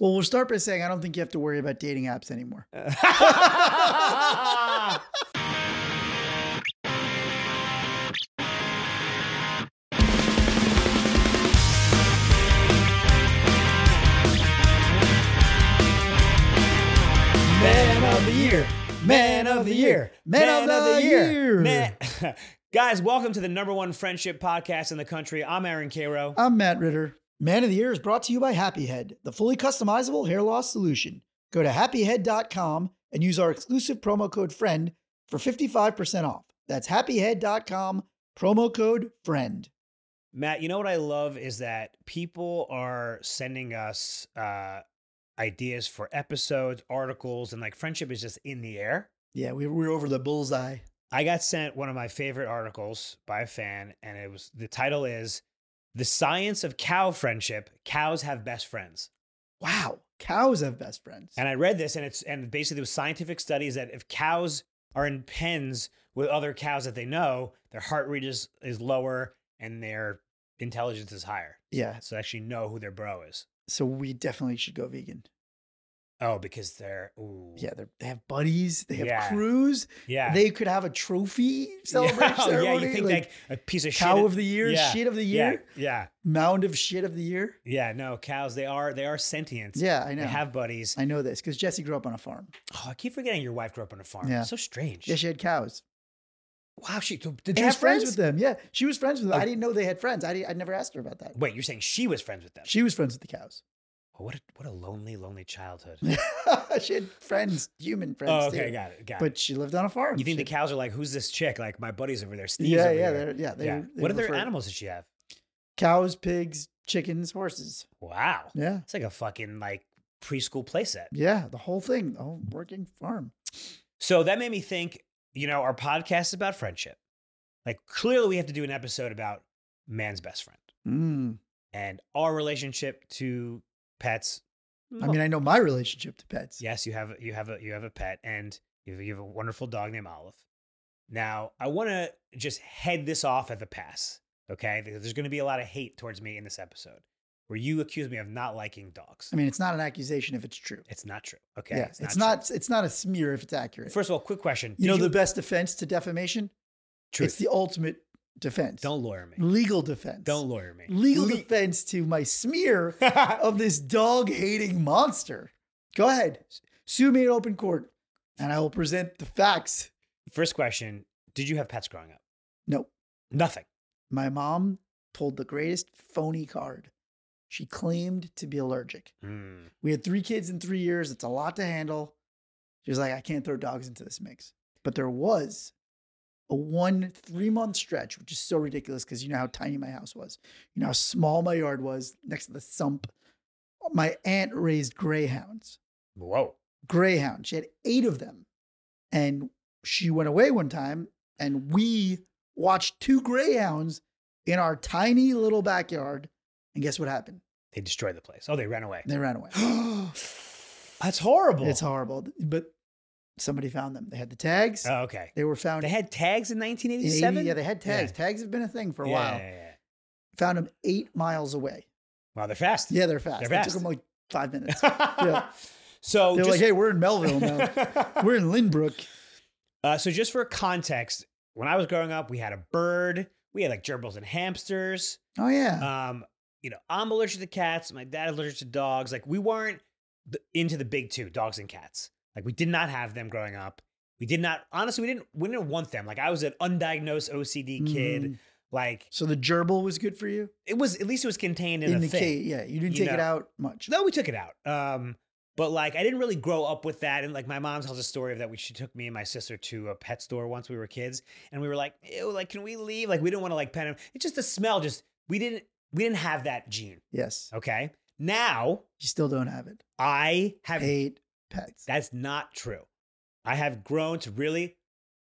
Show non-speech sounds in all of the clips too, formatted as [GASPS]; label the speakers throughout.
Speaker 1: Well, we'll start by saying I don't think you have to worry about dating apps anymore.
Speaker 2: Man of the year. Man of the year.
Speaker 1: Man of the year.
Speaker 2: Man- [LAUGHS] Guys, welcome to the number one friendship podcast in the country. I'm Aaron Cairo.
Speaker 1: I'm Matt Ritter. Man of the Year is brought to you by Happy Head, the fully customizable hair loss solution. Go to happyhead.com and use our exclusive promo code FRIEND for 55% off. That's happyhead.com, promo code FRIEND.
Speaker 2: Matt, you know what I love is that people are sending us uh, ideas for episodes, articles, and like friendship is just in the air.
Speaker 1: Yeah, we, we're over the bullseye.
Speaker 2: I got sent one of my favorite articles by a fan, and it was the title is The Science of Cow Friendship Cows Have Best Friends.
Speaker 1: Wow. Cows have best friends.
Speaker 2: And I read this, and it's and basically there was scientific studies that if cows are in pens with other cows that they know, their heart rate is, is lower and their intelligence is higher.
Speaker 1: yeah.
Speaker 2: So they actually know who their bro is.
Speaker 1: So we definitely should go vegan.
Speaker 2: Oh, because they're ooh.
Speaker 1: Yeah, they're, they have buddies, they have
Speaker 2: Yeah.
Speaker 1: crews,
Speaker 2: [LAUGHS] Yeah.
Speaker 1: they could have a trophy
Speaker 2: [LAUGHS] yeah.
Speaker 1: celebration.
Speaker 2: Oh, yeah, you
Speaker 1: ceremony,
Speaker 2: think
Speaker 1: like,
Speaker 2: like, a piece of
Speaker 1: cow
Speaker 2: shit.
Speaker 1: of the year,
Speaker 2: yeah,
Speaker 1: shit of the
Speaker 2: yeah,
Speaker 1: year,
Speaker 2: Yeah.
Speaker 1: mound of shit of the year.
Speaker 2: Yeah. No, cows, they are they are sentient.
Speaker 1: Yeah, I know.
Speaker 2: They have buddies.
Speaker 1: I know this because Jesse grew up on a farm.
Speaker 2: Oh, I keep forgetting your wife grew up on a farm.
Speaker 1: Yeah.
Speaker 2: So strange.
Speaker 1: Yeah, she had cows.
Speaker 2: wow, she so did
Speaker 1: She
Speaker 2: they
Speaker 1: was
Speaker 2: have friends?
Speaker 1: with them. Yeah, she was friends with them.
Speaker 2: Oh.
Speaker 1: I didn't know they had friends. I, didn't, I never asked her about that.
Speaker 2: Wait, you're saying she was friends with them?
Speaker 1: She was friends with the cows. [LAUGHS]
Speaker 2: Oh, what a what a lonely, lonely childhood.
Speaker 1: she had friends, human friends.
Speaker 2: oh, okay,
Speaker 1: too.
Speaker 2: got it. Got
Speaker 1: But
Speaker 2: it.
Speaker 1: she lived on a farm.
Speaker 2: You think
Speaker 1: She-
Speaker 2: the cows are like, who's this chick? Like my buddy's over there, Steve's
Speaker 1: Yeah,
Speaker 2: over
Speaker 1: yeah,
Speaker 2: there.
Speaker 1: they're, yeah. They,
Speaker 2: yeah.
Speaker 1: they
Speaker 2: what other
Speaker 1: refer-
Speaker 2: animals did she have?
Speaker 1: Cows, pigs, chickens, horses.
Speaker 2: Wow.
Speaker 1: Yeah,
Speaker 2: It's like a fucking like preschool playset.
Speaker 1: yeah. The whole thing, the whole working farm.
Speaker 2: So that made me think, you know, our podcast is about friendship. Like clearly we have to do an episode about man's best friend
Speaker 1: Mm.
Speaker 2: and our relationship to pets.
Speaker 1: I
Speaker 2: Oh.
Speaker 1: mean, I know my relationship to pets.
Speaker 2: [LAUGHS] Yes, you have you have a you have a pet, and you have, you have a wonderful dog named Olive. Now, I want to just head this off at the pass, okay? There- There's going to be a lot of hate towards me in this episode, where you accuse me of not liking dogs.
Speaker 1: I mean, it's not an accusation if it's true.
Speaker 2: it's not true, okay?
Speaker 1: yeah, it's,
Speaker 2: true.
Speaker 1: not. It's not a smear if it's accurate.
Speaker 2: First of all, quick question.
Speaker 1: you know
Speaker 2: Did
Speaker 1: the best defense to defamation? It's
Speaker 2: truth.
Speaker 1: the ultimate defense.
Speaker 2: Don't lawyer me.
Speaker 1: legal defense.
Speaker 2: Don't lawyer me.
Speaker 1: legal
Speaker 2: Le-
Speaker 1: defense to my smear of this dog hating monster. Go ahead, sue me in open court, and I will present the facts.
Speaker 2: [LAUGHS] First question: Did you have pets growing up?
Speaker 1: No,
Speaker 2: Nothing.
Speaker 1: my mom pulled the greatest phony card. She claimed to be allergic.
Speaker 2: Mm.
Speaker 1: We had three kids in three years. It's a lot to handle. She was like, I can't throw dogs into this mix. But there was a one three month stretch, which is so ridiculous because you know how tiny my house was. You know how small my yard was next to the sump. My aunt raised greyhounds.
Speaker 2: Whoa.
Speaker 1: Greyhound. She had eight of them. And she went away one time and we watched two greyhounds in our tiny little backyard. And guess what happened?
Speaker 2: They destroyed the place. Oh, they ran away.
Speaker 1: They ran away.
Speaker 2: [GASPS] That's horrible.
Speaker 1: It's horrible. But somebody found them. They had the tags.
Speaker 2: Oh, okay.
Speaker 1: they were found
Speaker 2: They had tags in
Speaker 1: in 80
Speaker 2: 1987.
Speaker 1: Yeah, they had tags.
Speaker 2: Yeah.
Speaker 1: Tags have been a thing for a
Speaker 2: Yeah,
Speaker 1: while.
Speaker 2: yeah, yeah.
Speaker 1: Found them eight miles away.
Speaker 2: Wow, they're fast. [LAUGHS]
Speaker 1: Yeah, they're fast.
Speaker 2: They're
Speaker 1: It
Speaker 2: fast.
Speaker 1: took them like five minutes.
Speaker 2: [LAUGHS]
Speaker 1: Yeah.
Speaker 2: So
Speaker 1: They're
Speaker 2: just,
Speaker 1: like, hey, we're in Melville
Speaker 2: [LAUGHS]
Speaker 1: now. we're in Lynbrook.
Speaker 2: uh, so just for context, when I was growing up, we had a bird. We had like gerbils and hamsters.
Speaker 1: Oh, yeah.
Speaker 2: Um, you know, I'm allergic to cats. My dad allergic to dogs. Like we weren't the, into the big two, dogs and cats. Like we did not have them growing up. We did not. Honestly, we didn't. We didn't want them. Like I was an undiagnosed OCD kid.
Speaker 1: Mhm.
Speaker 2: Like
Speaker 1: So the gerbil was good for you?
Speaker 2: it was at least it was contained in, a
Speaker 1: the
Speaker 2: thing.
Speaker 1: cage. Yeah, you didn't
Speaker 2: You
Speaker 1: take it
Speaker 2: know.
Speaker 1: out much.
Speaker 2: No, we took it out. Um, but like I didn't really grow up with that. And like my mom tells a story of that we she took me and my sister to a pet store once we were kids, and we were like, ew, like can we leave? Like we didn't want to like pet him. It's just the smell, just we didn't we didn't have that gene.
Speaker 1: Yes,
Speaker 2: Okay. Now
Speaker 1: you still don't have it.
Speaker 2: I have
Speaker 1: Hate pets.
Speaker 2: that's not true. I have grown to really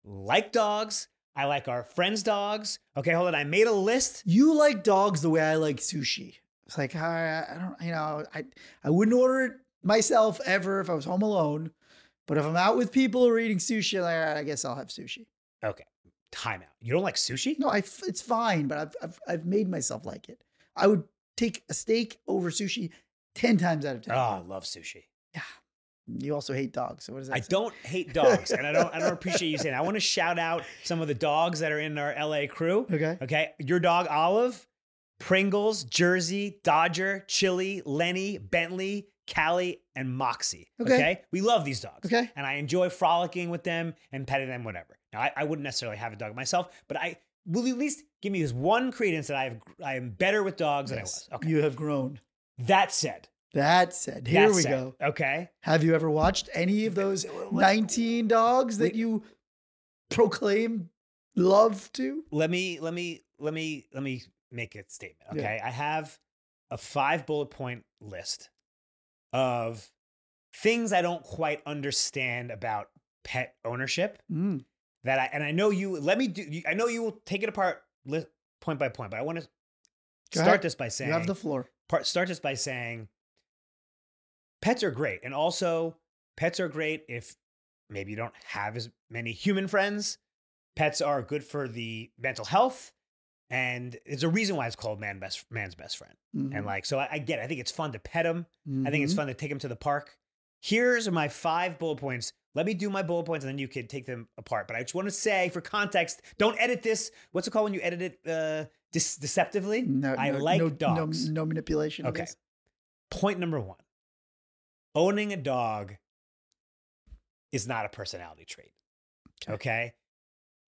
Speaker 2: like dogs. I like our friends' dogs. Okay, hold on. I made a list.
Speaker 1: you like dogs the way I like sushi. It's like I, I don't, you know, I I wouldn't order it myself ever if I was home alone. But if I'm out with people or eating sushi, like, all right, I guess I'll have sushi.
Speaker 2: Timeout. You don't like sushi?
Speaker 1: No, I f it's fine, but I've, I've I've made myself like it. I would take a steak over sushi ten times out of ten.
Speaker 2: Oh, I love sushi.
Speaker 1: You also hate dogs. So what does that?
Speaker 2: I
Speaker 1: say?
Speaker 2: don't hate dogs, and I don't. I don't appreciate you saying. That. I want to shout out some of the dogs that are in our LA crew.
Speaker 1: Okay.
Speaker 2: Okay, your dog Olive, Pringles, Jersey, Dodger, Chili, Lenny, Bentley, Callie, and Moxie.
Speaker 1: Okay.
Speaker 2: Okay, we love these dogs.
Speaker 1: Okay.
Speaker 2: and I enjoy frolicking with them and petting them, whatever. Now, I, I wouldn't necessarily have a dog myself, but I will you at least give me this one credence that I have. I am better with dogs than I
Speaker 1: Yes.
Speaker 2: was. Okay,
Speaker 1: You have grown.
Speaker 2: that said,
Speaker 1: That said, here
Speaker 2: that
Speaker 1: we
Speaker 2: said,
Speaker 1: go. uh,
Speaker 2: Okay,
Speaker 1: Have you ever watched any of those
Speaker 2: Let-
Speaker 1: 19 dogs that
Speaker 2: we-
Speaker 1: you proclaim love to?
Speaker 2: let me let me let me let me make a statement
Speaker 1: Yeah.
Speaker 2: okay i have a five bullet point list of things i don't quite understand about pet ownership
Speaker 1: Mm,
Speaker 2: that i and i know you let me do you- i know you will take it apart li- point by point but i want to
Speaker 1: Go
Speaker 2: start
Speaker 1: ahead.
Speaker 2: this by saying
Speaker 1: you have the floor.
Speaker 2: part, start this by saying pets are great. And also, pets are great if maybe you don't have as many human friends. Pets are good for the mental health. And it's a reason why it's called man best, man's best friend.
Speaker 1: Mm-hmm.
Speaker 2: And like, so I, I get it. I think it's fun to pet them. I think it's fun to take them to the park. Here's my five bullet points. Let me do my bullet points and then you could take them apart. But I just want to say for context, don't edit this. What's it called when you edit it uh, dis- deceptively?
Speaker 1: Mm-hmm. No,
Speaker 2: I
Speaker 1: no-
Speaker 2: like
Speaker 1: no,
Speaker 2: dogs.
Speaker 1: No, no manipulation. of
Speaker 2: Okay.
Speaker 1: this.
Speaker 2: Point number one owning a dog is not a personality trait.
Speaker 1: Okay.
Speaker 2: Okay.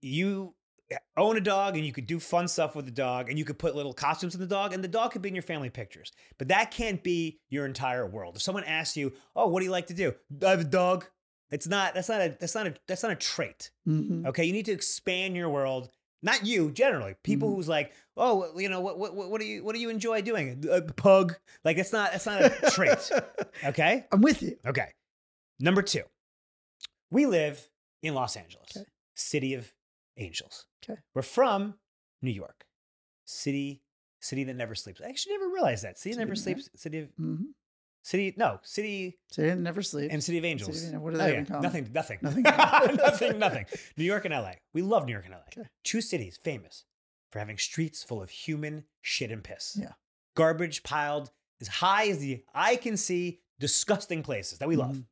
Speaker 2: You eh, own a dog and you could do fun stuff with the dog and you could put little costumes on the dog and the dog could be in your family pictures. But that can't be your entire world. If someone asks you, "Oh, what do you like to do?" I have a dog. It's not that's not a that's not a that's not a trait.
Speaker 1: Mhm.
Speaker 2: Okay, you need to expand your world. Not you, generally. People
Speaker 1: Mhm.
Speaker 2: who's like, oh, well, you know, what, what, what what do you, what do you enjoy doing? A pug. Like that's not, that's not a [LAUGHS] trait. Okay,
Speaker 1: [LAUGHS] I'm with you.
Speaker 2: okay. Number two, we live in Los Angeles,
Speaker 1: Okay.
Speaker 2: city of angels.
Speaker 1: Okay.
Speaker 2: we're from New York, city, city that never sleeps. I actually never realized that city, that
Speaker 1: City
Speaker 2: never
Speaker 1: that never-
Speaker 2: sleeps. City of
Speaker 1: Mhm.
Speaker 2: city, no, city
Speaker 1: So they never sleep.
Speaker 2: and city of angels.
Speaker 1: City of- what do
Speaker 2: Oh,
Speaker 1: they have
Speaker 2: yeah.
Speaker 1: in common?
Speaker 2: Nothing, nothing,
Speaker 1: [LAUGHS] Nothing.
Speaker 2: [LAUGHS] nothing, nothing. New York and LA. We love New York and LA.
Speaker 1: Okay.
Speaker 2: Two cities famous for having streets full of human shit and piss.
Speaker 1: Yeah.
Speaker 2: Garbage piled as high as the eye can see, disgusting places that we love.
Speaker 1: Mhm.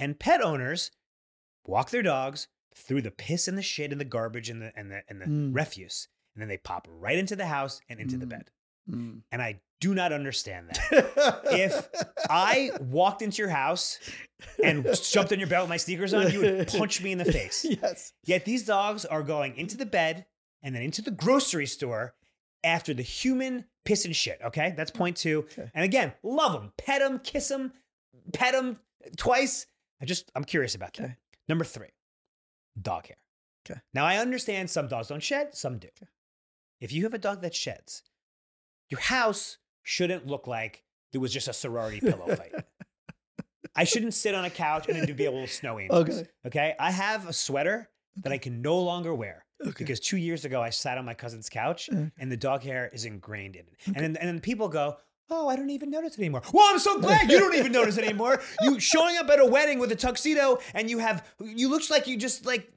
Speaker 2: And pet owners walk their dogs through the piss and the shit and the garbage and the and the and the
Speaker 1: Mm.
Speaker 2: refuse. And then they pop right into the house and into the
Speaker 1: Mm.
Speaker 2: bed.
Speaker 1: Mm.
Speaker 2: And I do not understand that. If I walked into your house
Speaker 1: [LAUGHS]
Speaker 2: and jumped on your bed with my sneakers on, you would punch me in the face.
Speaker 1: yes.
Speaker 2: Yet these dogs are going into the bed and then into the grocery store after the human piss and shit. Okay, that's point two.
Speaker 1: Okay.
Speaker 2: And again, love them, pet them, kiss them, pet them twice. I just I'm curious about that.
Speaker 1: Okay.
Speaker 2: Number three, dog hair.
Speaker 1: Okay.
Speaker 2: Now I understand some dogs don't shed, some do. If you have a dog that sheds, your house shouldn't look like there was just a sorority pillow
Speaker 1: [LAUGHS]
Speaker 2: fight. I shouldn't sit on a couch and then be able to snow
Speaker 1: [LAUGHS]
Speaker 2: angels.
Speaker 1: Okay.
Speaker 2: Okay. I have a sweater that I can no longer wear
Speaker 1: Okay.
Speaker 2: because two years ago I sat on my cousin's couch
Speaker 1: Okay.
Speaker 2: and the dog hair is ingrained in it. And then, and then people go, Oh, I don't even notice it anymore. Well, I'm so glad you don't even notice it anymore.
Speaker 1: [LAUGHS]
Speaker 2: You showing up at a wedding with a tuxedo and you have, you looks like you just like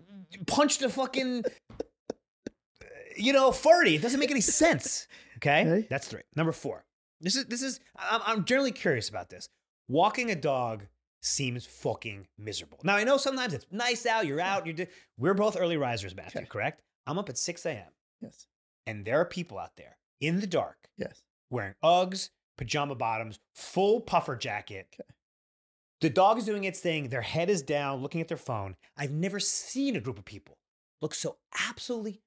Speaker 2: punched a fucking, you know, farty. It doesn't make any sense. Okay.
Speaker 1: Okay.
Speaker 2: That's three. Number four. This is, this is, I'm, I'm generally curious about this. Walking a dog seems fucking miserable. Now I know sometimes it's nice out, you're out, you're. Di- We're both early risers, Matthew.
Speaker 1: Okay.
Speaker 2: Correct? I'm up at 6 a.m.
Speaker 1: Yes.
Speaker 2: and there are people out there in the dark
Speaker 1: Yes.
Speaker 2: wearing Uggs, pajama bottoms, full puffer jacket.
Speaker 1: Okay.
Speaker 2: The dog is doing its thing. Their head is down, looking at their phone. I've never seen a group of people look so absolutely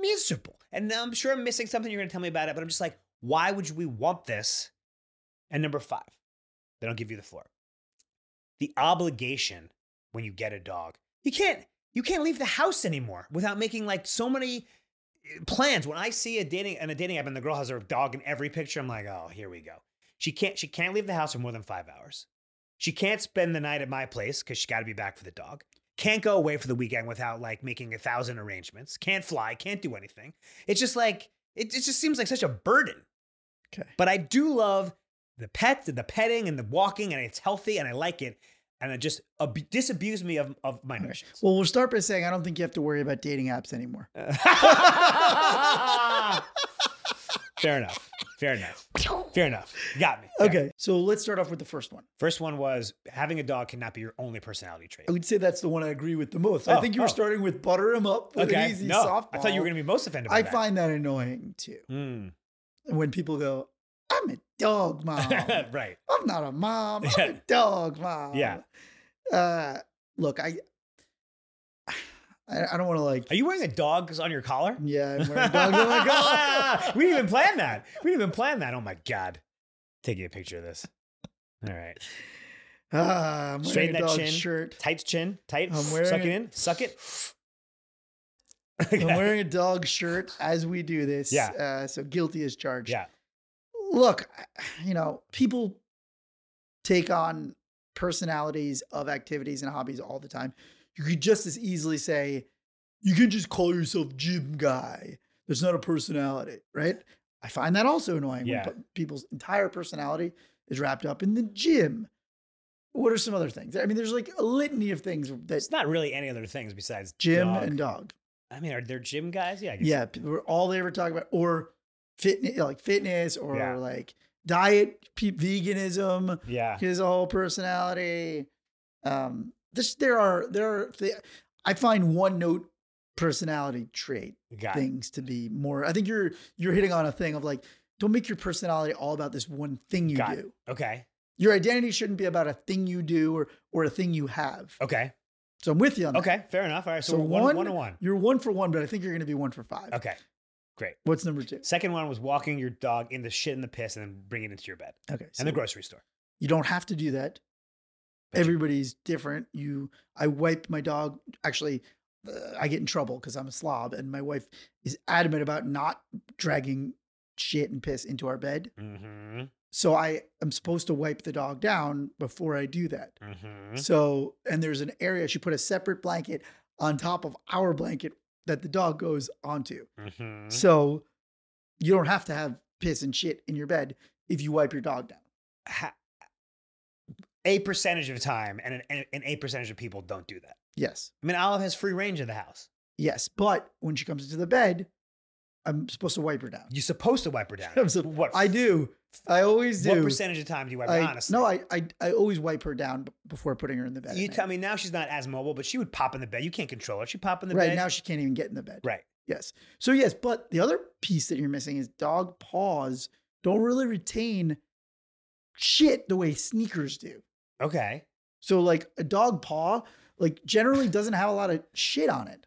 Speaker 2: miserable. And I'm sure I'm missing something. You're going to tell me about it, but I'm just like, why would we want this? And number five, they don't give you the floor. The obligation when you get a dog, you can't you can't leave the house anymore without making like so many eh, plans. When I see a dating and a dating app and the girl has her dog in every picture, I'm like, oh, here we go. She can't she can't leave the house for more than five hours. She can't spend the night at my place because she got to be back for the dog. Can't go away for the weekend without like making a thousand arrangements. Can't fly. Can't do anything. It's just like it, it just seems like such a burden.
Speaker 1: Okay.
Speaker 2: But I do love the pets and the petting and the walking, and it's healthy and I like it. And it just ab- disabused me of, of my
Speaker 1: Okay.
Speaker 2: notions.
Speaker 1: Well, we'll start by saying I don't think you have to worry about
Speaker 2: [LAUGHS]
Speaker 1: dating apps anymore.
Speaker 2: Fair enough. Fair enough. Fair enough. You Got me. Yeah.
Speaker 1: Okay, so let's start off with the first one.
Speaker 2: First one was having a dog cannot be your only personality trait.
Speaker 1: I would say that's the one I agree with the most. I
Speaker 2: Oh,
Speaker 1: think you were
Speaker 2: oh.
Speaker 1: starting with butter him up with
Speaker 2: Okay.
Speaker 1: an easy
Speaker 2: no,
Speaker 1: softball.
Speaker 2: I thought you were going to be most offended by
Speaker 1: I
Speaker 2: that.
Speaker 1: find that annoying too.
Speaker 2: Mm.
Speaker 1: When people go, "I'm a
Speaker 2: [LAUGHS]
Speaker 1: dog mom," I'm
Speaker 2: right.
Speaker 1: not a mom. I'm
Speaker 2: Yeah.
Speaker 1: a dog mom.
Speaker 2: Yeah.
Speaker 1: Uh, look, I, [SIGHS] I, I don't want to like.
Speaker 2: Are you wearing a dog on your collar? [LAUGHS]
Speaker 1: yeah, I'm [LAUGHS] wearing dogs on my collar.
Speaker 2: we didn't even plan that. We didn't even plan that. Oh my god. Taking a picture of this. All right.
Speaker 1: Ah, I'm
Speaker 2: Straighten
Speaker 1: wearing a
Speaker 2: that
Speaker 1: dog
Speaker 2: chin.
Speaker 1: shirt.
Speaker 2: Tight chin. Tight.
Speaker 1: I'm wearing
Speaker 2: Suck it
Speaker 1: it.
Speaker 2: in. Suck it. [LAUGHS]
Speaker 1: I'm wearing a dog shirt as we do this.
Speaker 2: Yeah.
Speaker 1: Uh, so guilty as charged.
Speaker 2: yeah.
Speaker 1: Look, I- you know, people take on personalities of activities and hobbies all the time. You could just as easily say, you can just call yourself gym guy. There's not a personality, right? I find that also annoying
Speaker 2: Yeah.
Speaker 1: when pe- people's entire personality is wrapped up in the gym. What are some other things? I mean, there's like a litany of things that
Speaker 2: It's not really any other things besides
Speaker 1: gym
Speaker 2: dog.
Speaker 1: and dog.
Speaker 2: I mean, are there gym guys? Yeah. I guess.
Speaker 1: Yeah, people were all they ever talk about or fitness, like fitness or
Speaker 2: Yeah.
Speaker 1: like diet, pe- veganism,
Speaker 2: Yeah.
Speaker 1: his whole personality. Um, this there are there are th- I find one note personality trait
Speaker 2: Got it.
Speaker 1: things to be more. I think you're you're hitting on a thing of like don't make your personality all about this one thing you
Speaker 2: Got it.
Speaker 1: do.
Speaker 2: Okay.
Speaker 1: Your identity shouldn't be about a thing you do or or a thing you have.
Speaker 2: Okay.
Speaker 1: So I'm with you on that.
Speaker 2: Okay. Fair enough. All right. So,
Speaker 1: So
Speaker 2: we're one,
Speaker 1: one-
Speaker 2: one to one.
Speaker 1: You're one for one, but I think you're going to be one for five.
Speaker 2: Okay.
Speaker 1: What's number two?
Speaker 2: Second one was walking your dog in the shit and the piss and then bringing it into your bed
Speaker 1: Okay.
Speaker 2: and the grocery store.
Speaker 1: You don't have to do that.
Speaker 2: But you-
Speaker 1: Everybody's different. You, I wipe my dog. Actually, uh, I get in trouble because I'm a slob, and my wife is adamant about not dragging shit and piss into our bed.
Speaker 2: Mm-hmm.
Speaker 1: So I am supposed to wipe the dog down before I do that.
Speaker 2: Mm-hmm.
Speaker 1: So, and there's an area she put a separate blanket on top of our blanket that the dog goes onto.
Speaker 2: Mm-hmm.
Speaker 1: So you don't have to have piss and shit in your bed if you wipe your dog down.
Speaker 2: ha- a percentage of time and an, and and a percentage of people don't do that.
Speaker 1: Yes.
Speaker 2: I mean, Olive has free range in the house.
Speaker 1: Yes, but when she comes into the bed, I'm supposed to wipe her down.
Speaker 2: You're supposed to wipe her down.
Speaker 1: [LAUGHS] I'm so-
Speaker 2: what
Speaker 1: I do. I always do.
Speaker 2: What percentage of time do you wipe her?
Speaker 1: I,
Speaker 2: Honestly,
Speaker 1: No, I, I I always wipe her down b- before putting her in the bed. at
Speaker 2: You
Speaker 1: night.
Speaker 2: tell me now she's not as mobile, but she would pop in the bed. You can't control her. She pop in the
Speaker 1: right
Speaker 2: bed.
Speaker 1: now she can't even get in the bed.
Speaker 2: right.
Speaker 1: Yes. So yes, but the other piece that you're missing is dog paws don't really retain shit the way sneakers do.
Speaker 2: Okay.
Speaker 1: So like a dog paw like generally doesn't have a lot of shit on it.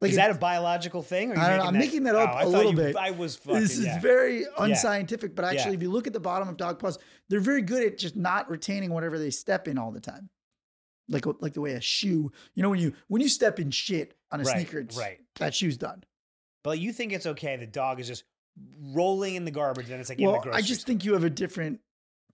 Speaker 2: Is
Speaker 1: it-
Speaker 2: that a biological thing? Or are you
Speaker 1: I don't know. I'm
Speaker 2: making
Speaker 1: making
Speaker 2: that,
Speaker 1: that up
Speaker 2: Oh, I
Speaker 1: a
Speaker 2: thought
Speaker 1: little
Speaker 2: you-
Speaker 1: bit.
Speaker 2: I was fucking.
Speaker 1: this is
Speaker 2: yeah.
Speaker 1: very unscientific, but actually,
Speaker 2: Yeah.
Speaker 1: if you look at the bottom of dog paws, they're very good at just not retaining whatever they step in all the time. Like like the way a shoe, you know, when you when you step in shit on a
Speaker 2: right,
Speaker 1: sneaker, it's,
Speaker 2: Right.
Speaker 1: that shoe's done.
Speaker 2: But you think it's okay. The dog is just rolling in the garbage, and it's like in the
Speaker 1: well,
Speaker 2: grocery
Speaker 1: I just
Speaker 2: store.
Speaker 1: think you have a different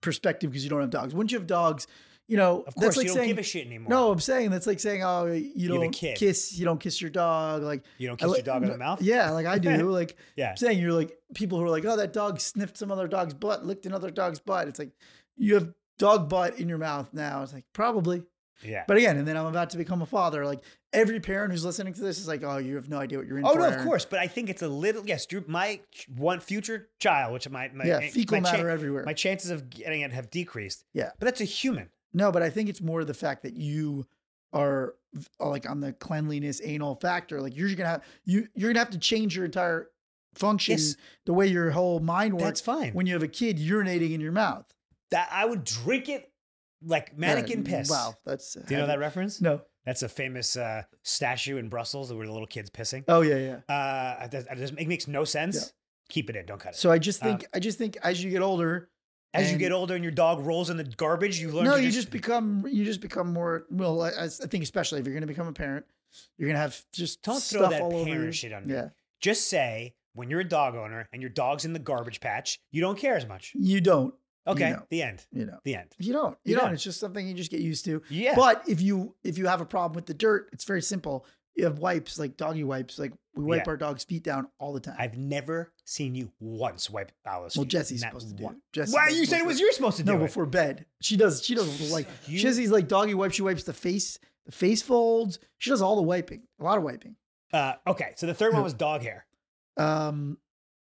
Speaker 1: perspective because you don't have dogs. Once you have dogs, you know,
Speaker 2: Of course,
Speaker 1: that's like
Speaker 2: you don't
Speaker 1: saying
Speaker 2: give a shit anymore.
Speaker 1: no. I'm saying that's like saying oh, you
Speaker 2: have a
Speaker 1: don't
Speaker 2: kid.
Speaker 1: kiss, you don't kiss your dog. Like
Speaker 2: you don't
Speaker 1: I
Speaker 2: kiss
Speaker 1: li-
Speaker 2: your dog in the mouth.
Speaker 1: Yeah, like I
Speaker 2: [LAUGHS]
Speaker 1: do. like
Speaker 2: Yeah.
Speaker 1: I'm saying you're like people who are like, oh, that dog sniffed some other dog's butt, licked another dog's butt. It's like you have dog butt in your mouth now. It's like probably,
Speaker 2: Yeah.
Speaker 1: but again, and then I'm about to become a father. Like every parent who's listening to this is like, oh, you have no idea what you're in.
Speaker 2: Oh
Speaker 1: for,
Speaker 2: no, of
Speaker 1: Aaron.
Speaker 2: course, but I think it's a little yes. Drew, my ch- one future child, which my my eh,
Speaker 1: yeah,
Speaker 2: my
Speaker 1: fecal
Speaker 2: chan-
Speaker 1: matter everywhere.
Speaker 2: my chances of getting it have decreased.
Speaker 1: Yeah.
Speaker 2: but that's a human.
Speaker 1: no, but I think it's more the fact that you are v- like on the cleanliness anal factor. Like you're gonna have you you're gonna have to change your entire function,
Speaker 2: Yes.
Speaker 1: the way your whole mind works.
Speaker 2: That's fine.
Speaker 1: when you have a kid urinating in your mouth.
Speaker 2: that I would drink it like mannequin
Speaker 1: Uh,
Speaker 2: piss.
Speaker 1: Wow, that's
Speaker 2: Do you know that reference?
Speaker 1: No.
Speaker 2: That's a famous uh, statue in Brussels where the little kids pissing.
Speaker 1: Oh yeah, yeah.
Speaker 2: Uh, that, that doesn't- it makes no sense. Keep it in. Don't cut it.
Speaker 1: So I just
Speaker 2: Uh,
Speaker 1: think I just think as you get older,
Speaker 2: As you
Speaker 1: and-
Speaker 2: get older and your dog rolls in the garbage, you learn.
Speaker 1: no,
Speaker 2: to
Speaker 1: you just become you just become more well. I, I think especially if you're going to become a parent, you're going to have just
Speaker 2: Don't throw
Speaker 1: stuff
Speaker 2: that
Speaker 1: all over
Speaker 2: parent
Speaker 1: you.
Speaker 2: shit on me.
Speaker 1: Yeah,
Speaker 2: just say when you're a dog owner and your dog's in the garbage patch, you don't care as much.
Speaker 1: you don't.
Speaker 2: Okay,
Speaker 1: know.
Speaker 2: the end.
Speaker 1: You know,
Speaker 2: The end.
Speaker 1: you don't. You,
Speaker 2: You
Speaker 1: don't.
Speaker 2: don't.
Speaker 1: It's just something you just get used to.
Speaker 2: Yeah.
Speaker 1: But if you if you have a problem with the dirt, it's very simple. You have wipes like doggy wipes. Like we wipe
Speaker 2: Yeah.
Speaker 1: our dog's feet down all the time.
Speaker 2: I've never seen you once wipe Alice.
Speaker 1: well, Jesse's supposed to do. it. Jesse's
Speaker 2: Why
Speaker 1: not
Speaker 2: you said it
Speaker 1: supposed
Speaker 2: was
Speaker 1: to-
Speaker 2: you're supposed to do
Speaker 1: No,
Speaker 2: it.
Speaker 1: before bed. She does. She does like
Speaker 2: You-
Speaker 1: she does these like doggy wipes. She wipes the face, the face folds. She does all the wiping, a lot of wiping.
Speaker 2: Uh, okay, so the third one was dog hair.
Speaker 1: Um,